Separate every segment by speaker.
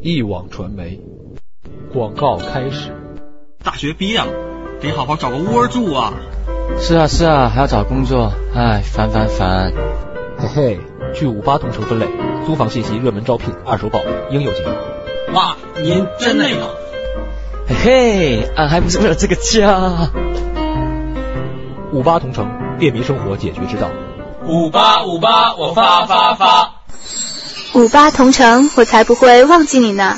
Speaker 1: 一网传媒广告开始。
Speaker 2: 大学毕业了，得好好找个窝住啊！
Speaker 3: 是啊是啊，还要找工作，唉，烦烦烦。
Speaker 1: 嘿嘿，去五八同城分类，租房信息热门招聘，二手宝应有尽有。
Speaker 2: 哇，您真那个！
Speaker 3: 嘿嘿，俺还不是为了这个家。
Speaker 1: 五八同城，便民生活解决之道。
Speaker 2: 五八五八，我发发发！
Speaker 4: 五八同城，我才不会忘记你呢。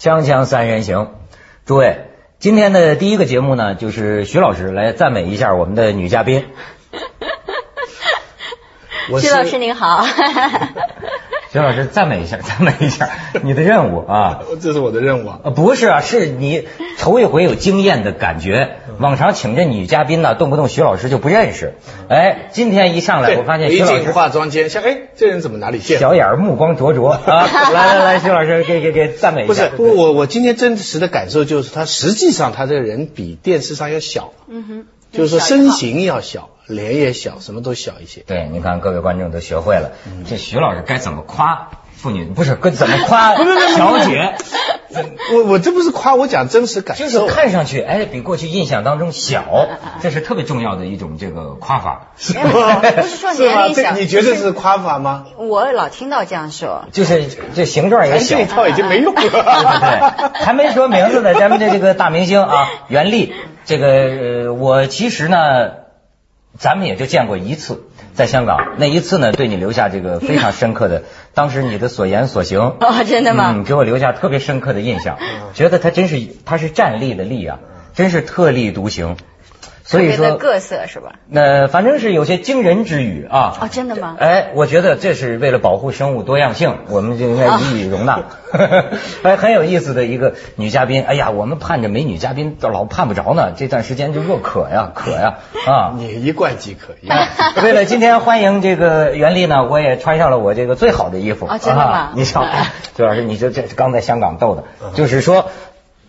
Speaker 5: 锵锵三人行，诸位，今天的第一个节目呢，就是徐老师来赞美一下我们的女嘉 宾。 我
Speaker 6: 徐
Speaker 5: 是
Speaker 6: 老师您好，
Speaker 5: 徐老师赞美一下， 赞美一下你的任务啊。
Speaker 7: 这是我的任务啊。
Speaker 5: 呃不是啊，是你头一回有惊艳的感觉。
Speaker 7: 嗯
Speaker 5: 往常请这女嘉宾呢，动不动徐老师就不认识。哎，今天一上来，我发
Speaker 3: 哎
Speaker 5: 现徐
Speaker 7: 一
Speaker 5: 老
Speaker 7: 进
Speaker 5: 师
Speaker 7: 化妆间，像哎，这人怎么哪里见？
Speaker 5: 小眼儿目光灼 灼啊！来来来，徐老师给给给赞美一
Speaker 7: 不
Speaker 5: 下。
Speaker 7: 是，不，我我今天真实的感受就是，他实际上他这个人比电视上要小，
Speaker 6: 嗯哼，
Speaker 7: 就是说
Speaker 6: 小一
Speaker 7: 身
Speaker 6: 号
Speaker 7: 形要小，脸也小，什么都小一些。
Speaker 5: 对，你看各位观众都学会了，
Speaker 7: 嗯
Speaker 5: 这徐老师该怎么夸妇女？不是，该怎么 夸小姐？
Speaker 7: 我我这不是夸，我讲真实感受。
Speaker 5: 就是看上去，哎，比过去印象当中小，这是特别重要的一种这个夸法。
Speaker 6: 不啊是 说年龄
Speaker 7: 是吧
Speaker 6: 小，
Speaker 7: 这你觉得是夸法吗？
Speaker 6: 我老听到这样说，
Speaker 5: 就是这形状也
Speaker 7: 咱
Speaker 5: 小，
Speaker 7: 哎这一
Speaker 5: 对
Speaker 7: 套已经没用
Speaker 5: 不对
Speaker 7: 了？。
Speaker 5: 还没说名字呢，咱们的这个大明星 啊，袁立，这个呃，我其实呢，咱们也就见过一次，在香港那一次呢，对你留下这个非常深刻 的，当时你的所言所行，
Speaker 6: 哦真的吗嗯
Speaker 5: 嗯，给我留下特别深刻的印象，觉得他真是他是站立的立啊，真是特立独行，所以
Speaker 6: 特别的
Speaker 5: 说。
Speaker 6: 各色是吧？
Speaker 5: 那反正是有些惊人之语啊！
Speaker 6: 哦真的吗
Speaker 5: 哎，我觉得这是为了保护生物多样性，我们就应
Speaker 6: 哦
Speaker 5: 该予以容 纳。哎，很有意思的一个女嘉宾。哎呀，我们盼着美女嘉宾，老盼不着呢。这段时间就若渴 呀，渴呀啊！
Speaker 7: 你一贯即可，一贯
Speaker 5: 哎为了今天欢迎这个袁丽呢，我也穿上了我这个最好的衣服。
Speaker 6: 哦真的吗
Speaker 5: 啊你 瞧，周老师，你就这刚在香港逗的，就是说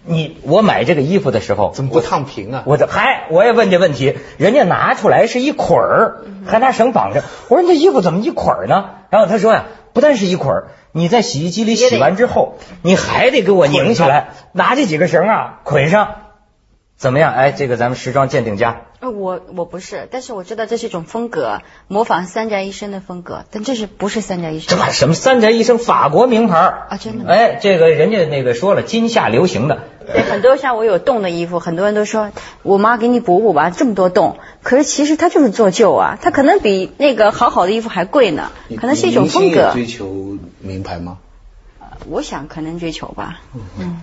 Speaker 5: 你我买这个衣服的时候，
Speaker 7: 怎么不烫平啊？
Speaker 5: 我这还我也问这问题，人家拿出来是一捆儿，还拿绳绑着。我说你这衣服怎么一捆儿呢？然后他说呀、不但是一捆儿，你在洗衣机里洗完之后，你还得给我拧起来，拿这几个绳啊捆上，怎么样？哎，这个咱们时装鉴定家，
Speaker 6: 呃我我不是，但是我知道这是一种风格，模仿三宅一生的风格，但这是不是三宅一
Speaker 5: 这
Speaker 6: 生？
Speaker 5: 把什么三宅一生法国名牌儿
Speaker 6: 啊真的吗
Speaker 5: 哎，这个人家那个说了，今夏流行的，
Speaker 6: 对，很多像我有洞的衣服，很多人都说我妈给你补补吧，这么多洞。可是其实它就是做旧啊，它可能比那个好好的衣服还贵呢，可能是一种风
Speaker 7: 明星也
Speaker 6: 格。
Speaker 7: 追求名牌吗？
Speaker 6: 我想可能追求吧。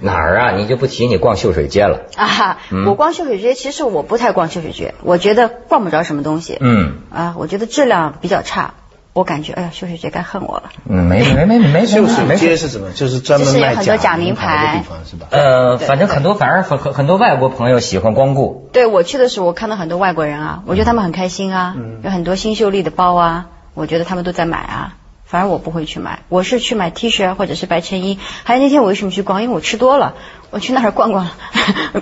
Speaker 5: 哪儿啊？你就不提你逛秀水街了，
Speaker 6: 啊哈，
Speaker 5: 嗯
Speaker 6: 我逛秀水街，其实我不太逛秀水街，我觉得逛不着什么东西。
Speaker 5: 嗯
Speaker 6: 啊，我觉得质量比较差，我感觉哎呀，秀水街该恨我了。
Speaker 5: 嗯，没没没没没什
Speaker 7: 秀
Speaker 5: 么
Speaker 7: 水
Speaker 5: 没什么
Speaker 7: 街是什么？就是专门
Speaker 6: 就是有
Speaker 7: 卖
Speaker 6: 很多假名
Speaker 7: 牌
Speaker 6: 牌
Speaker 7: 的地方是吧？
Speaker 5: 呃，
Speaker 6: 对
Speaker 5: 反正很多，反而很很很多外国朋友喜欢光顾。
Speaker 6: 对我去的时候，我看到很多外国人啊，我觉得他们很开心啊，
Speaker 5: 嗯
Speaker 6: 有很多新秀丽的包啊，我觉得他们都在买啊。反而我不会去买，我是去买 T 恤啊，或者是白衬衣。还有那天我为什么去逛？因为我吃多了，我去那儿逛 逛，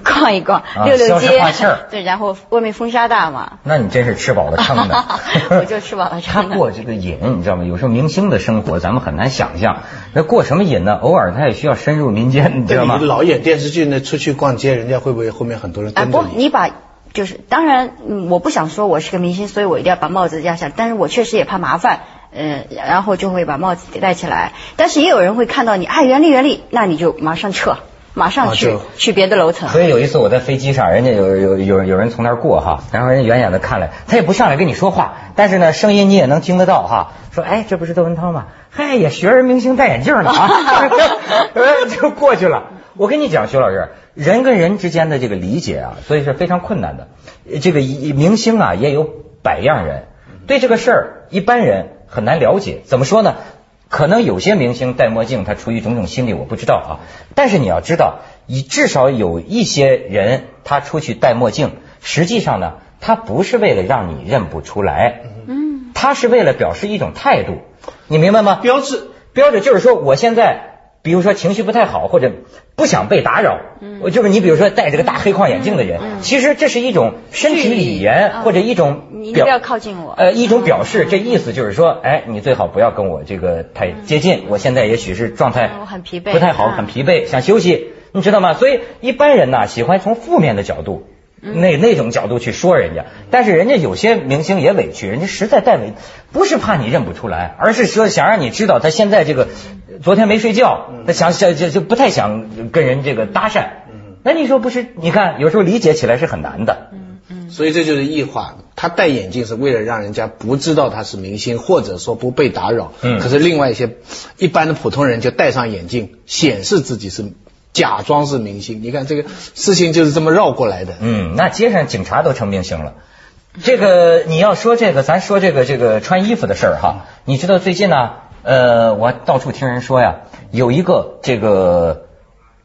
Speaker 6: 逛一逛，
Speaker 5: 啊
Speaker 6: 溜溜
Speaker 5: 消
Speaker 6: 街
Speaker 5: 消化气儿。
Speaker 6: 对，然后外面风沙大嘛，，
Speaker 5: 那你真是吃饱了撑的
Speaker 6: 我就吃饱了撑的
Speaker 5: 他过这个瘾，你知道吗？有时候明星的生活咱们很难想象，那过什么瘾呢？偶尔他也需要深入民间，你知道
Speaker 7: 那
Speaker 5: 吗
Speaker 7: 你？老演电视剧呢，出去逛街，人家会不会后面很多人
Speaker 6: 啊
Speaker 7: 跟着
Speaker 6: 不，
Speaker 7: 你？
Speaker 6: 你把就是当然，嗯我不想说我是个明星，所以我一定要把帽子压下，但是我确实也怕麻烦，嗯、然后就会把帽子戴起来。但是也有人会看到你，哎，原力原力，那你就马上撤，马上去、
Speaker 7: 啊就
Speaker 6: 去别的楼层。
Speaker 5: 所以有一次我在飞机上，人家有有有有人从那儿过哈，然后人家远远的看来，他也不上来跟你说话，但是呢，声音你也能听得到哈。说哎，这不是窦文涛吗？嗨，也学人明星戴眼镜了啊， 呃就过去了。我跟你讲，徐老师，人跟人之间的这个理解啊，所以是非常困难的。呃这个一明星啊，也有百样人，对这个事儿一般人很难了解。怎么说呢？可能有些明星戴墨镜，他出于种种心理，我不知道啊。但是你要知道，你至少有一些人他出去戴墨镜，实际上呢，他不是为了让你认不出来，嗯，他是为了表示一种态度，你明白吗？
Speaker 7: 标志
Speaker 5: 标准就是说，我现在比如说情绪不太好或者不想被打扰，
Speaker 6: 嗯
Speaker 5: 我就是你比如说戴着个大黑框眼镜的人，其实这是一种身体语言、
Speaker 6: 距离
Speaker 5: 或者一种
Speaker 6: 嗯你
Speaker 5: 表
Speaker 6: 不要靠近我
Speaker 5: 呃，一种表示，这意思就是说，哎，你最好不要跟我这个太接近，我现在也许是状态
Speaker 6: 嗯嗯我很疲惫
Speaker 5: 不太好，
Speaker 6: 嗯
Speaker 5: 很疲惫，想休息，你知道吗？所以一般人呐，喜欢从负面的角度。
Speaker 6: 嗯
Speaker 5: 那那种角度去说人家，但是人家有些明星也委屈，人家实在太委，不是怕你认不出来，而是说想让你知道他现在这个昨天没睡觉，他想想就就不太想跟人这个搭讪。那你说不是？你看有时候理解起来是很难的。
Speaker 7: 所以这就是异化。他戴眼镜是为了让人家不知道他是明星，或者说不被打扰。
Speaker 5: 嗯
Speaker 7: 可是另外一些一般的普通人就戴上眼镜，显示自己是假装是明星。你看这个事情就是这么绕过来的。
Speaker 5: 嗯，那街上警察都成明星了。这个你要说这个，咱说这个这个穿衣服的事儿哈。你知道最近呢、呃，我到处听人说呀，有一个这个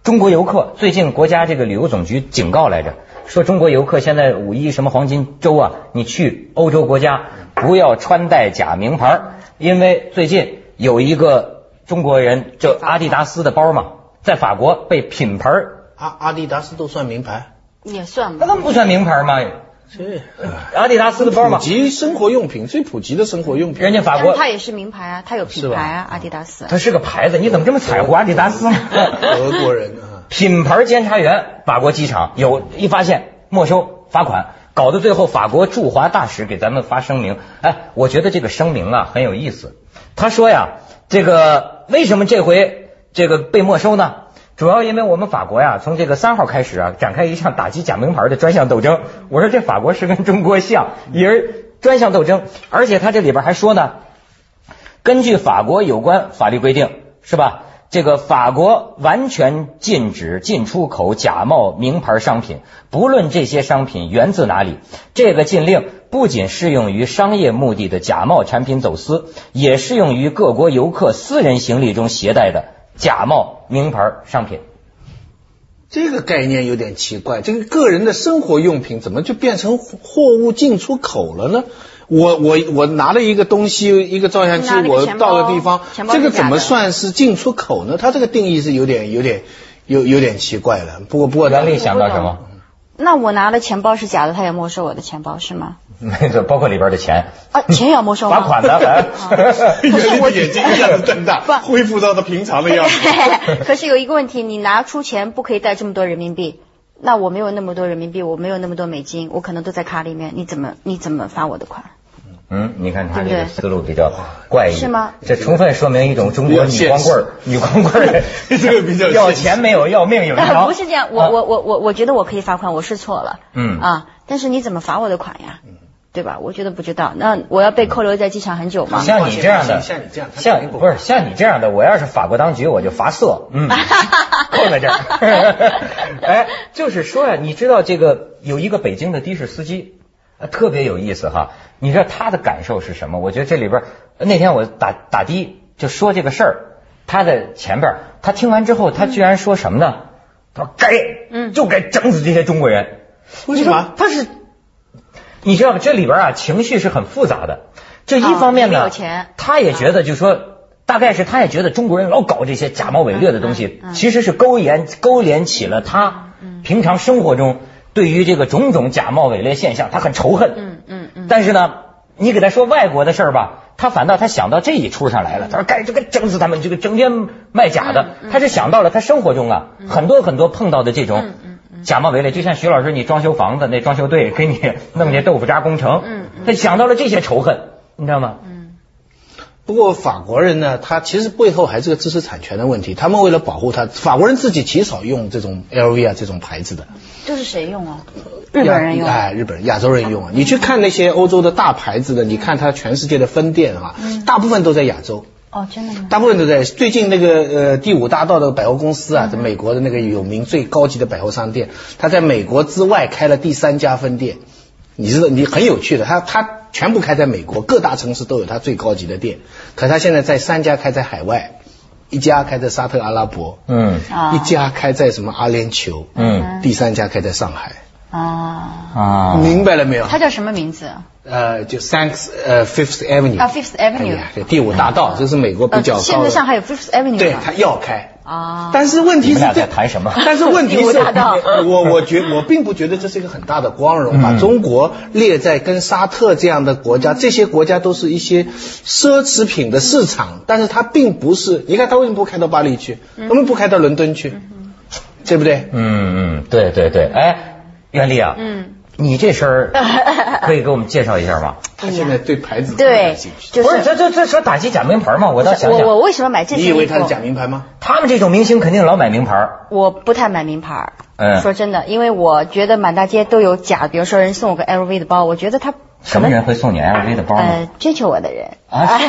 Speaker 5: 中国游客，最近国家这个旅游总局警告来着，说中国游客现在五一什么黄金周啊，你去欧洲国家不要穿戴假名牌儿，因为最近有一个中国人就阿迪达斯的包嘛，在法国被品牌儿，
Speaker 7: 阿阿迪达斯都算名牌，
Speaker 6: 也算
Speaker 5: 那
Speaker 6: 吧。
Speaker 5: 他们不算名牌儿吗？
Speaker 7: 是
Speaker 5: 阿迪达斯的包
Speaker 7: 普
Speaker 5: 嘛，
Speaker 7: 及生活用品最普及的生活用品。
Speaker 5: 人家法
Speaker 6: 但是
Speaker 5: 国，
Speaker 6: 它也是名牌啊，它有
Speaker 7: 是
Speaker 6: 品
Speaker 7: 吧
Speaker 6: 牌啊，阿迪达斯。
Speaker 5: 它啊是个牌子，你怎么这么踩乎阿迪达斯呢？
Speaker 7: 德国人啊，
Speaker 5: 品牌监察员，法国机场有一发现没收罚款，搞得最后法国驻华大使给咱们发声明。哎，我觉得这个声明啊很有意思。他说呀，这个为什么这回这个被没收呢？主要因为我们法国呀，从这个三号开始啊，展开一项打击假名牌的专项斗争。我说这法国是跟中国像，也是专项斗争，而且他这里边还说呢，根据法国有关法律规定，是吧？这个法国完全禁止进出口假冒名牌商品，不论这些商品源自哪里。这个禁令不仅适用于商业目的的假冒产品走私，也适用于各国游客私人行李中携带的假冒名牌商品。
Speaker 7: 这个概念有点奇怪，这个个人的生活用品怎么就变成货物进出口了呢？我我我拿了一个东西，一个照相机
Speaker 6: 拿了，个
Speaker 7: 我
Speaker 6: 钱包啊
Speaker 7: 到了地方
Speaker 6: 钱，包
Speaker 7: 这
Speaker 6: 是
Speaker 7: 个怎么
Speaker 6: 假的
Speaker 7: 算是进出口呢？它这个定义是有点有点有有点奇怪了。不过不过
Speaker 5: 袁
Speaker 7: 咱
Speaker 5: 立
Speaker 7: 们
Speaker 5: 想到什么？
Speaker 6: 那我拿了钱包是假的，他也没收我的钱包是吗？
Speaker 5: 那 个包括里边的钱，
Speaker 6: 啊，钱也没收吗？
Speaker 5: 罚款的哎还
Speaker 6: 可是我
Speaker 7: 眼睛一下子瞪大，
Speaker 6: 不
Speaker 7: 恢复到他平常的样 子。
Speaker 6: 可是有一个问题，你拿出钱不可以带这么多人民币。那我没有那么多人民币，我没有那么多美金，我可能都在卡里面，你怎么你怎么罚我的款？
Speaker 5: 嗯，你看他这
Speaker 6: 对不
Speaker 5: 个
Speaker 6: 对
Speaker 5: 思路比较怪异，
Speaker 6: 是吗
Speaker 5: 这充分说明一种中国
Speaker 7: 比较
Speaker 5: 女
Speaker 7: 现，
Speaker 5: 光棍儿，女光棍儿
Speaker 7: 这个比较现实
Speaker 5: 要钱没有，要命有一条。
Speaker 6: 啊 不是这样，
Speaker 7: 啊
Speaker 6: 我我我我我觉得我可以罚款，我是错了，
Speaker 5: 嗯
Speaker 6: 啊，但是你怎么罚我的款呀？
Speaker 7: 嗯
Speaker 6: 对吧？我觉得不知道，那我要被扣留在机场很久吗？
Speaker 5: 像你这样的，
Speaker 7: 像你这样他肯
Speaker 5: 像
Speaker 7: 定不
Speaker 5: 不是像你这样的，我要是法国当局，我就罚色， 嗯，扣在这儿。哎，就是说呀、你知道这个有一个北京的的士司机，呃特别有意思哈。你知道他的感受是什么？我觉得这里边呃那天我打打的就说这个事儿，他在前边儿，他听完之后，他居然说什么呢？他说该，嗯，就该整死这些中国人。
Speaker 7: 为什么？
Speaker 5: 他是，你知道吗？这里边啊情绪是很复杂的。这一方面
Speaker 6: 啊
Speaker 5: 呢，
Speaker 6: 有钱
Speaker 5: 他也觉得就说。大概是他也觉得中国人老搞这些假冒伪劣的东西，
Speaker 6: 嗯
Speaker 5: 其实是勾连勾连起了他平常生活中对于这个种种假冒伪劣现象，他很仇恨。
Speaker 6: 嗯嗯嗯，
Speaker 5: 但是呢，你给他说外国的事儿吧，他反倒他想到这一出上来了。他说该这个整死他们，这个整天卖假
Speaker 6: 嗯
Speaker 5: 的，他是想到了他生活中啊很多很多碰到的这
Speaker 6: 嗯
Speaker 5: 种假冒伪劣，就像徐老师你装修房子那装修队给你弄这豆腐渣工程，
Speaker 6: 嗯
Speaker 5: 他想到了这些仇恨，你知道吗？
Speaker 7: 不过法国人呢，他其实背后还是个知识产权的问题。他们为了保护他，法国人自己极少用这种 LV 啊这种牌子的。
Speaker 6: 这是谁用啊？日本人用嗯啊。
Speaker 7: 哎，日本人、亚洲人用啊。你去看那些欧洲的大牌子的，你看它全世界的分店啊，
Speaker 6: 嗯
Speaker 7: 大部分都在亚洲。
Speaker 6: 哦，真的吗？
Speaker 7: 大部分都在最近那个呃第五大道的百货公司
Speaker 6: 嗯
Speaker 7: 啊，在美国的那个有名最高级的百货商店，它在美国之外开了第三家分店。你知道，你很有趣的，它它全部开在美国各大城市都有它最高级的店，可它现在在三家开在海外，一家开在沙特阿拉伯，
Speaker 5: 嗯
Speaker 6: 啊
Speaker 7: 一家开在什么阿联酋，
Speaker 5: 嗯
Speaker 7: 第三家开在上海。
Speaker 6: 啊，
Speaker 5: 啊，
Speaker 7: 明白了没有？
Speaker 6: 它叫什么名字？啊
Speaker 7: 呃，就 Thanks 呃 Fifth Avenue
Speaker 6: ，Fifth
Speaker 7: 哎
Speaker 6: Avenue
Speaker 7: 呀。对第五大道，这是美国比较高
Speaker 6: 呃
Speaker 7: 的。
Speaker 6: 现在上海有 Fifth Avenue
Speaker 7: 对
Speaker 6: 吗
Speaker 7: 它要开。
Speaker 6: 啊，
Speaker 7: 但是问题是
Speaker 5: 你们俩
Speaker 7: 这
Speaker 5: 在谈什么
Speaker 7: 但是问题
Speaker 6: 第五
Speaker 7: 是
Speaker 6: 大道，
Speaker 7: 我我觉我并不觉得这是一个很大的光荣，把
Speaker 5: 嗯
Speaker 7: 中国列在跟沙特这样的国家，这些国家都是一些奢侈品的市场，但是它并不是。你看它为什么不开到巴黎去？
Speaker 6: 嗯
Speaker 7: 我们不开到伦敦去？对不对？
Speaker 5: 嗯嗯，对对对，哎，袁丽啊，
Speaker 6: 嗯，
Speaker 5: 你这身儿可以给我们介绍一下吗？
Speaker 7: 他现在对牌子特别
Speaker 6: 哎对
Speaker 7: 感兴，趣。
Speaker 6: 就
Speaker 5: 不是，
Speaker 6: 是
Speaker 5: 这这这说打击假名牌嘛，我倒想
Speaker 6: 我我
Speaker 5: 想，
Speaker 6: 为什么买这
Speaker 7: 你
Speaker 6: 件
Speaker 7: 以
Speaker 6: 衣
Speaker 7: 为
Speaker 6: 服
Speaker 7: 他是假名牌吗？
Speaker 5: 他们这种明星肯定老买名牌儿，
Speaker 6: 我不太买名牌儿。
Speaker 5: 嗯
Speaker 6: 说真的，因为我觉得满大街都有假，比如说人送我个 LV 的包，我觉得他
Speaker 5: 什么人会送你 LV 的包呢？
Speaker 6: 呃追求我的人
Speaker 5: 啊， 是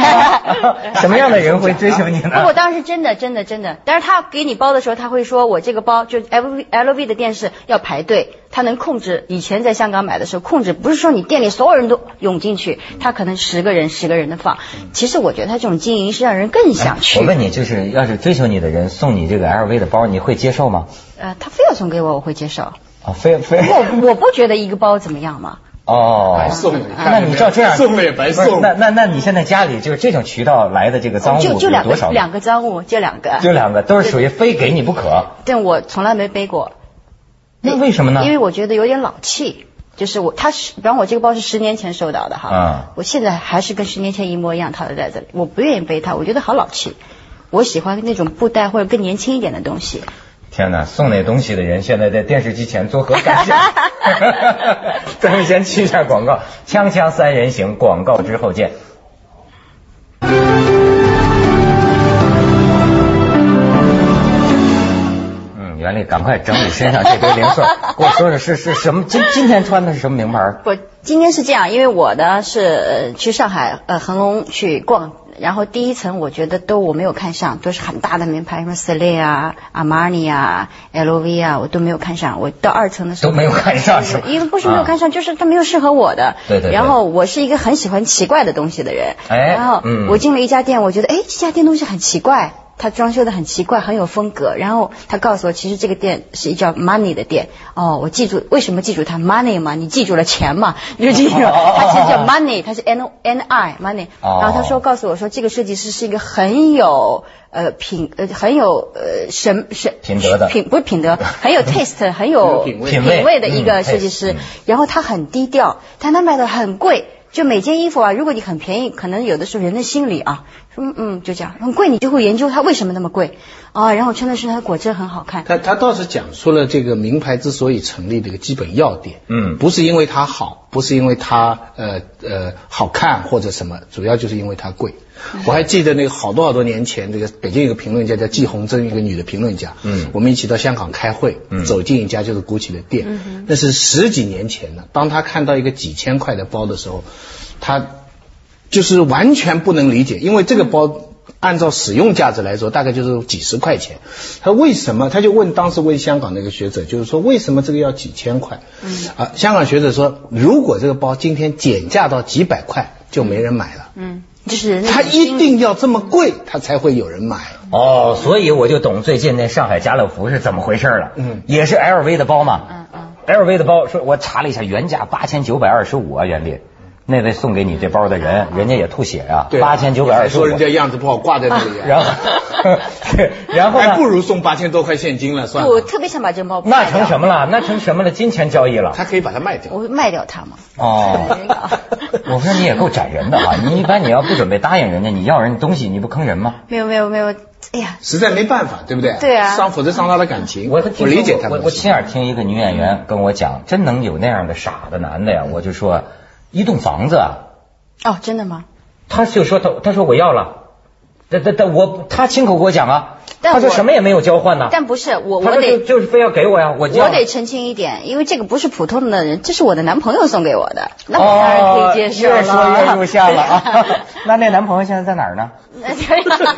Speaker 5: 吗什么样的人会追求你
Speaker 6: 不，
Speaker 5: 呢
Speaker 6: 我？当时真的真的真的，但是他给你包的时候，他会说我这个包就 L V L V 的店是要排队，他能控制。以前在香港买的时候控制，不是说你店里所有人都涌进去，他可能十个人十个人的放。其实我觉得他这种经营是让人更想去。
Speaker 5: 哎我问你，就是要是追求你的人送你这个 LV 的包，你会接受吗？
Speaker 6: 呃，他非要送给我，我会接受。
Speaker 5: 啊，非非
Speaker 6: 我我不觉得一个包怎么样 嘛。
Speaker 5: 哦，
Speaker 7: 白送了，看
Speaker 5: 那
Speaker 7: 见没有
Speaker 5: 你照这样
Speaker 7: 送了也白
Speaker 5: 不是
Speaker 7: 送。
Speaker 5: 那那那你现在家里就是这种渠道来的这个赃物
Speaker 6: 就就
Speaker 5: 有
Speaker 6: 两
Speaker 5: 多少
Speaker 6: 个
Speaker 5: 呢？
Speaker 6: 两个赃物，就两个。
Speaker 5: 就两个都是属于非给你不可，
Speaker 6: 但我从来没背过。
Speaker 5: 那为什么呢？
Speaker 6: 因为我觉得有点老气，就是我他是，比方我这个包是十年前收到的哈，
Speaker 5: 嗯
Speaker 6: 我现在还是跟十年前一模一样套在在这里，我不愿意背它，我觉得好老气。我喜欢那种布袋或者更年轻一点的东西。
Speaker 5: 天哪，送那东西的人现在在电视机前作何感想？ 咱们先去一下广告，《锵锵三人行》广告之后见。嗯，袁丽，赶快整理身上这堆零 碎儿，给我说说是是什么？今今天穿的是什么名牌儿？
Speaker 6: 我今天是这样，因为我呢是呃去上海呃恒隆去逛，然后第一层我觉得都我没有看上，都是很大的名牌，什么 Celine 啊、阿玛尼啊、LV 啊，我都没有看上。我到二层的时候
Speaker 5: 都没有看上是吧
Speaker 6: 嗯
Speaker 5: 啊
Speaker 6: 因为不是没有看上，就是它没有适合我的。
Speaker 5: 对对对
Speaker 6: 然后我是一个很喜欢奇怪的东西的人，
Speaker 5: 哎
Speaker 6: 然后
Speaker 5: 嗯
Speaker 6: 我进了一家店，我觉得哎这家店东西很奇怪。它装修的很奇怪，很有风格。然后他告诉我，其实这个店是一叫 Money 的店。哦，我记住，为什么记住它 Money 嘛？你记住了钱嘛？你就记 住了。它其实叫 Money，它是 N N I Money。
Speaker 5: 哦
Speaker 6: 然后他说告诉我说，这个设计师是一个很有呃品呃很有呃审审
Speaker 5: 品德的
Speaker 6: 品不是品德，很有 taste，很有
Speaker 7: 品味
Speaker 5: 哦品味
Speaker 6: 的一个
Speaker 5: 嗯
Speaker 6: 设计师。
Speaker 5: taste，嗯
Speaker 6: 然后他很低调，但他卖的很贵。就每件衣服啊，如果你很便宜，可能有的时候人的心理啊，说嗯嗯就这样，很贵你就会研究它为什么那么贵啊，然后穿在身上果真很好看。
Speaker 7: 他他倒是讲出了这个名牌之所以成立的一个基本要点，
Speaker 5: 嗯
Speaker 7: 不是因为它好，不是因为它呃呃好看或者什么，主要就是因为它贵。我还记得那个好多好多年前，这个北京有个评论家叫季红珍，一个女的评论家，
Speaker 5: 嗯
Speaker 7: 我们一起到香港开会，
Speaker 5: 嗯
Speaker 7: 走进一家就是 GUCCI 的店，那是十几年前了。当她看到一个几千块的包的时候，她就是完全不能理解，因为这个包按照使用价值来说，大概就是几十块钱。他为什么？他就问当时问香港那个学者，就是说为什么这个要几千块？嗯，啊，香港学者说，如果这个包今天减价到几百块，就没人买了。
Speaker 6: 嗯，就是人的
Speaker 7: 他
Speaker 6: 心
Speaker 7: 一
Speaker 6: 理
Speaker 7: 定要这么贵，他才会有人买。
Speaker 5: 哦，所以我就懂最近那上海家乐福是怎么回事了。
Speaker 7: 嗯
Speaker 5: 也是 LV 的包嘛。
Speaker 6: 嗯嗯
Speaker 5: LV 的包，说我查了一下，原价八千九百二十五啊，袁丽。那位送给你这包的人，人家也吐血啊，八千九百二
Speaker 7: 还
Speaker 5: 十
Speaker 7: 说
Speaker 5: 五。
Speaker 7: 人家样子不好挂在那里啊、
Speaker 5: 然后然后呢
Speaker 7: 还不如送八千多块现金了，算
Speaker 6: 我
Speaker 7: 了。
Speaker 6: 特别想把这猫
Speaker 5: 那成什
Speaker 6: 么？
Speaker 5: 么了？那成什么了？金钱交易了。
Speaker 7: 他可以把它卖掉
Speaker 6: 我。会卖掉它嘛。
Speaker 5: 哦，我说你也够斩人的啊！你一般你要不准备答应人家，你要人东西，你不坑人吗？
Speaker 6: 没有没有没有，哎呀，
Speaker 7: 实在没办法，对不对？
Speaker 6: 对啊
Speaker 7: 伤，否则伤他的感情。
Speaker 5: 我
Speaker 7: 我理解他
Speaker 5: 我
Speaker 7: 们。
Speaker 5: 我亲耳听一个女演员跟我讲，真能有那样的傻的男的呀！我就说，一栋房子啊，
Speaker 6: 哦，真的吗？
Speaker 5: 他就说他他说我要了，但但但我他亲口给我讲啊，
Speaker 6: 但
Speaker 5: 他说
Speaker 6: 我
Speaker 5: 什么也没有交换呢，
Speaker 6: 但不是我
Speaker 5: 他
Speaker 6: 我
Speaker 5: 说就
Speaker 6: 得
Speaker 5: 就是非要给我呀，我就
Speaker 6: 我得澄清一点，因为这个不是普通的人，这是我的男朋友送给我的，那我当然可以接受了。
Speaker 5: 哦越说 越入线了啊！那那男朋友现在在哪儿呢？
Speaker 6: 那 对了，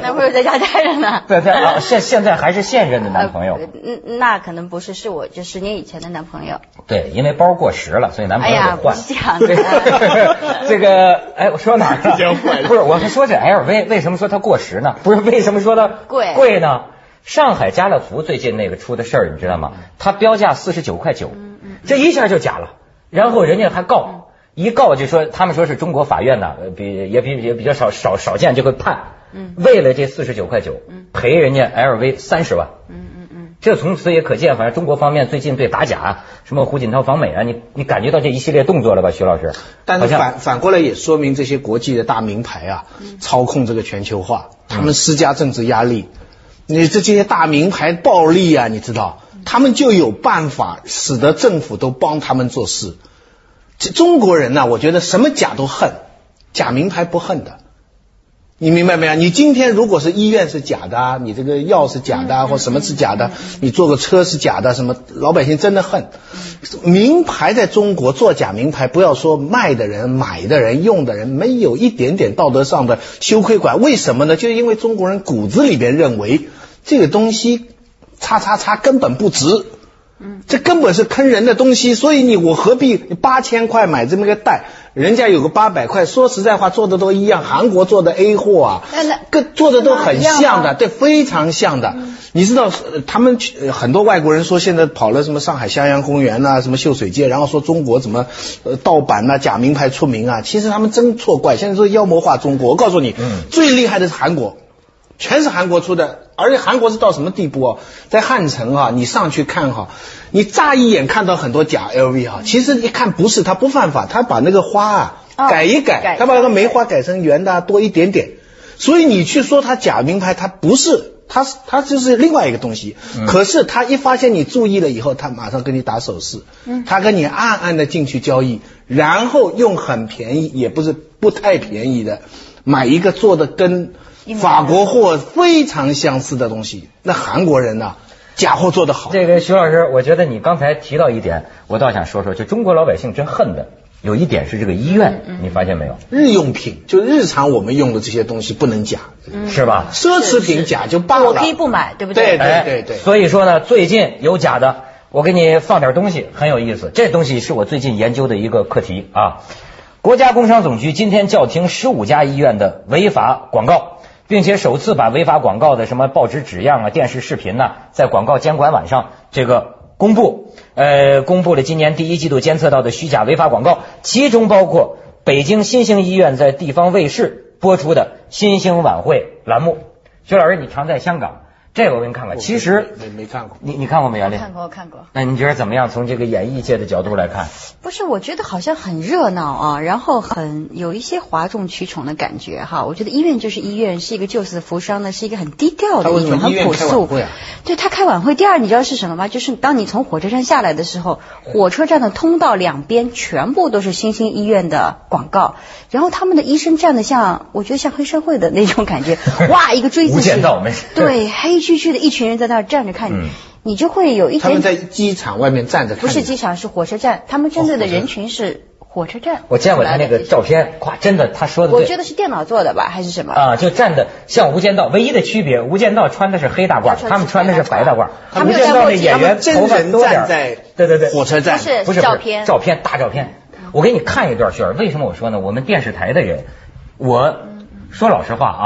Speaker 6: 男朋友在家待着呢。
Speaker 5: 在在啊，现现在还是现任的男朋友
Speaker 6: 呃。嗯，那可能不是，是我就十年以前的男朋友。
Speaker 5: 对，因为包过时了，所以男朋友
Speaker 6: 哎呀
Speaker 5: 得换。
Speaker 6: 不是这样的
Speaker 5: 这个，哎，我说哪儿
Speaker 7: 这样坏
Speaker 5: 呢？
Speaker 7: 了
Speaker 5: 不是，我是说这 LV 为什么说它过时呢？不是为什么说它
Speaker 6: 贵
Speaker 5: 贵
Speaker 6: 嗯
Speaker 5: 呢？上海家乐福最近那个出的事儿，你知道吗？它标价四十九块九，这一下就假了。然后人家还
Speaker 6: 嗯
Speaker 5: 告，一告就说他们说是中国法院呢，呃比也比也比较少少少见，就会判。
Speaker 6: 嗯
Speaker 5: 为了这四十九块九
Speaker 6: 嗯，
Speaker 5: 赔人家 LV 三十万。
Speaker 6: 嗯嗯嗯，
Speaker 5: 这从此也可见，反正中国方面最近对打假，什么胡锦涛访美啊，你你感觉到这一系列动作了吧，徐老师？
Speaker 7: 但
Speaker 5: 好
Speaker 7: 是
Speaker 5: 像
Speaker 7: 反反过来也说明这些国际的大名牌啊，操控这个全球化，
Speaker 5: 嗯
Speaker 7: 他们施加政治压力。你这这些大名牌暴力啊，你知道，他们就有办法使得政府都帮他们做事。这中国人呐，我觉得什么假都恨，假名牌不恨的。你明白没有？你今天如果是医院是假的啊，你这个药是假的啊，或什么是假的，你坐个车是假的，什么老百姓真的恨。名牌在中国做假名牌，不要说卖的人、买的人、用的人，没有一点点道德上的羞愧感。为什么呢？就是因为中国人骨子里边认为这个东西叉叉叉根本不值。这根本是坑人的东西，所以你我何必八千块买这么个袋？人家有个八百块，说实在话做的都一样，韩国做的 A 货啊
Speaker 6: 那那，
Speaker 7: 跟做的都很
Speaker 6: 是吗一样啊嗯
Speaker 7: 像
Speaker 6: 吗
Speaker 7: 的，对，非常像的。你知道呃他们去呃很多外国人说现在跑了什么上海襄阳公园啊呐、什么秀水街，然后说中国怎么呃盗版呐、假名牌出名啊，其实他们真错怪，现在说妖魔化中国。我告诉你，
Speaker 5: 嗯
Speaker 7: 最厉害的是韩国。全是韩国出的，而且韩国是到什么地步哦？在汉城啊，你上去看哈、你乍一眼看到很多假 LV
Speaker 6: 嗯
Speaker 7: 哈、其实一看不是，他不犯法，他把那个花啊、
Speaker 6: 哦
Speaker 7: 改一
Speaker 6: 改
Speaker 7: 改，他把那个梅花改成圆的啊、多一点点，所以你去说他假名牌，他不是。他是他就是另外一个东西，
Speaker 6: 嗯
Speaker 7: 可是他一发现你注意了以后，他马上跟你打手势，
Speaker 6: 嗯
Speaker 7: 他跟你暗暗的进去交易，然后用很便宜，也不是不太便宜的，买一个做的跟
Speaker 6: 一模一样
Speaker 7: 法国货非常相似的东西。那韩国人呢、假货做得好，
Speaker 5: 这个徐老师，我觉得你刚才提到一点，我倒想说说，就中国老百姓真恨的有一点是这个医院，你发现没有？
Speaker 7: 日用品就日常我们用的这些东西不能假，
Speaker 5: 是吧？
Speaker 7: 奢侈品假就罢了，
Speaker 6: 我可以不买，对不对？
Speaker 7: 对
Speaker 5: 哎
Speaker 7: 对对
Speaker 5: 所以说呢，最近有假的，我给你放点东西，很有意思。这东西是我最近研究的一个课题啊。国家工商总局今天叫停十五家医院的违法广告，并且首次把违法广告的什么报纸纸样啊、电视视频呐、在广告监管晚上这个公布，呃，公布了今年第一季度监测到的虚假违法广告，其中包括北京新兴医院在地方卫视播出的新兴晚会栏目。徐老师，你常在香港，这个我给你看看。其实
Speaker 7: 没没没看过
Speaker 5: 你你看过没，袁丽？
Speaker 6: 看过，我看过。
Speaker 5: 那你觉得怎么样？从这个演艺界的角度来看，
Speaker 6: 不是，我觉得好像很热闹啊，然后很有一些哗众取宠的感觉哈。我觉得医院就是医院，是一个救死扶伤的，是一个很低调
Speaker 7: 他
Speaker 6: 的
Speaker 7: 为
Speaker 6: 一
Speaker 7: 什
Speaker 6: 种，
Speaker 7: 么医
Speaker 6: 很
Speaker 7: 院
Speaker 6: 朴
Speaker 7: 开晚
Speaker 6: 素。
Speaker 7: 会啊？
Speaker 6: 对他开晚会，第二你知道是什么吗？就是当你从火车站下来的时候，火车站的通道两边全部都是新兴医院的广告，然后他们的医生站得像，我觉得像黑社会的那种感 觉，哇，一个锥
Speaker 5: 无
Speaker 6: 字
Speaker 5: 间
Speaker 6: 形
Speaker 5: 道没事，
Speaker 6: 对，黑黢黢的一群人在那儿站着看你，
Speaker 5: 嗯
Speaker 6: 你就会有一
Speaker 7: 他们
Speaker 6: 点
Speaker 7: 在机场外面站着看你，
Speaker 6: 不是机场，是火车站。他们针对的人群是火车
Speaker 5: 哦
Speaker 6: 站。
Speaker 5: 我见过他那个照，片，夸真的，他说的
Speaker 6: 我觉
Speaker 5: 对
Speaker 6: 得是电脑做的吧，还是什么？
Speaker 5: 啊，就站的像《无间道》，唯一的区别，《无间道》穿的是黑大褂，他们穿的是白大褂。
Speaker 6: 他
Speaker 5: 无
Speaker 6: 们有
Speaker 5: 间
Speaker 6: 戴
Speaker 5: 道
Speaker 6: 墨
Speaker 5: 那
Speaker 6: 镜
Speaker 5: 演员
Speaker 7: 他
Speaker 5: 头
Speaker 7: 们
Speaker 5: 发
Speaker 7: 真人
Speaker 5: 多点
Speaker 7: 站
Speaker 5: 儿，
Speaker 7: 在
Speaker 5: 对对对，
Speaker 7: 火车站
Speaker 6: 不是
Speaker 5: 不是
Speaker 6: 照片嗯
Speaker 5: 照片大照片。我给你看一段儿，为什么我说呢？我们电视台的人，我
Speaker 6: 嗯
Speaker 5: 说老实话啊，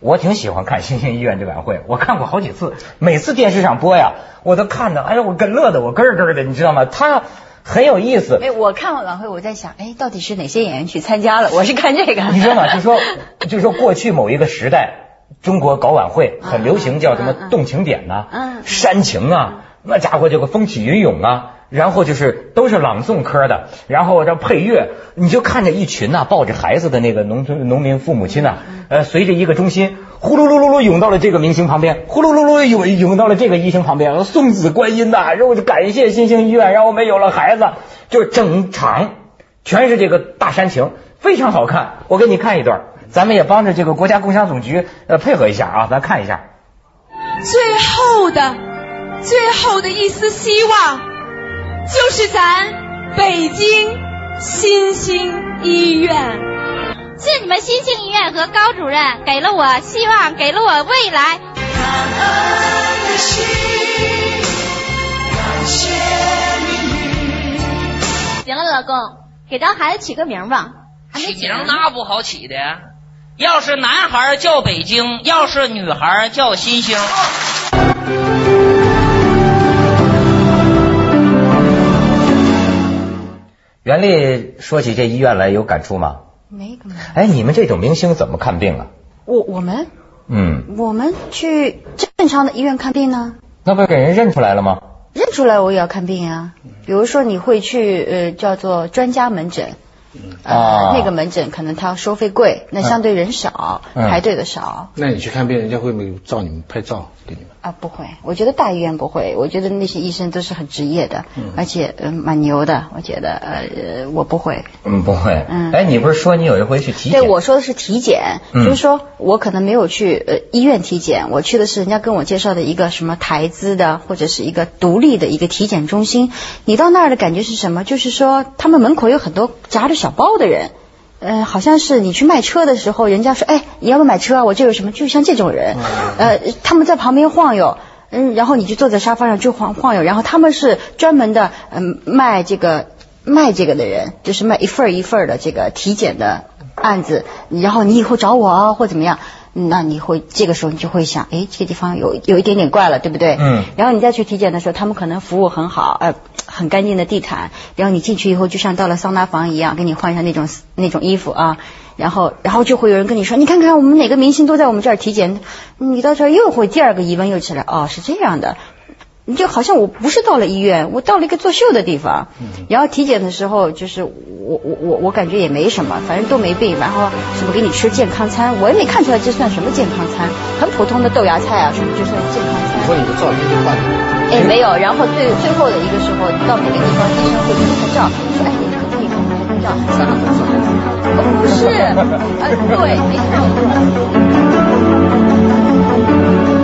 Speaker 5: 我挺喜欢看新兴医院这晚会，我看过好几次，每次电视上播呀，我都看的，哎呀，我跟乐的，我咯咯的，你知道吗？他很有意思。
Speaker 6: 哎，我看完晚会，我在想，哎，到底是哪些演员去参加了？ 我是看这个。
Speaker 5: 你知道吗？就说就说过去某一个时代，中国搞晚会
Speaker 6: 嗯
Speaker 5: 很流行，叫什么动情点呐、
Speaker 6: 嗯嗯
Speaker 5: 煽情啊，那家伙这个风起云涌啊。然后就是都是朗诵科的，然后这配乐，你就看见一群呐、抱着孩子的那个农村农民父母亲呐、
Speaker 6: 嗯
Speaker 5: 呃，随着一个中心，呼噜噜噜噜涌到了这个明星旁边，呼噜噜噜噜涌涌到了这个医生旁边，送子观音呐、然后就感谢新兴医院让我们有了孩子，就是整场全是这个大煽情，非常好看。我给你看一段，咱们也帮着这个国家工商总局呃配合一下啊，咱看一下。
Speaker 8: 最后的、最后的一丝希望，就是咱北京新兴医院。
Speaker 9: 是你们新兴医院和高主任给了我希望，给了我未来。行了，老公，给咱孩子起个名吧。
Speaker 10: 起名那不好起的，要是男孩儿叫北京，要是女孩儿叫新星。
Speaker 5: 袁丽说起这医院来有感触吗？
Speaker 6: 没干嘛。
Speaker 5: 哎，你们这种明星怎么看病啊？
Speaker 6: 我我们
Speaker 5: 嗯，
Speaker 6: 我们去正常的医院看病呢，
Speaker 5: 那不是给人认出来了吗？
Speaker 6: 认出来我也要看病啊。
Speaker 7: 嗯
Speaker 6: 比如说你会去呃叫做专家门诊，
Speaker 7: 嗯
Speaker 6: 呃、
Speaker 5: 啊
Speaker 6: 那个门诊可能它要收费贵，那相对人少，
Speaker 5: 嗯
Speaker 6: 排队的少
Speaker 7: 那你去看病，人家会不会照你们拍照给你们？
Speaker 6: 啊不会，我觉得大医院不会，我觉得那些医生都是很职业的，而且嗯、呃蛮牛的，我觉得呃呃我不会。
Speaker 5: 嗯，不会。
Speaker 6: 嗯
Speaker 5: 哎，你不是说你有一回去体检？
Speaker 6: 对，我说的是体检，
Speaker 5: 嗯
Speaker 6: 就是说我可能没有去呃医院体检，我去的是人家跟我介绍的一个什么台资的或者是一个独立的一个体检中心。你到那儿的感觉是什么？就是说他们门口有很多夹着小包的人。呃，好像是你去卖车的时候，人家说，哎，你要不要买车啊？我这有什么？就像这种人，呃，他们在旁边晃悠，嗯，然后你就坐在沙发上就晃晃悠，然后他们是专门的，嗯、卖这个卖这个的人，就是卖一份儿一份儿的这个体检的案子，然后你以后找我啊，或怎么样，那你会这个时候你就会想，哎，这个地方有有一点点怪了，对不对？
Speaker 5: 嗯
Speaker 6: 然后你再去体检的时候，他们可能服务很好，呃，很干净的地毯，然后你进去以后就像到了桑拿房一样，给你换上那种那种衣服啊。然后，然后就会有人跟你说，你看看我们哪个明星都在我们这儿体检，你到这儿又会第二个疑问又起来，哦，是这样的，你就好像我不是到了医院，我到了一个作秀的地方。然后体检的时候，就是我我我我感觉也没什么，反正都没病。然后什么给你吃健康餐，我也没看出来这算什么健康餐，很普通的豆芽菜啊什么就算健康
Speaker 7: 你
Speaker 6: 餐。
Speaker 7: 说你的照片就换了，
Speaker 6: 哎，没有。然后最最后的一个时候，到每个地方医生会给你拍照，说哎你可不可以给我们拍照？像个很哦，不是，呃对，没错。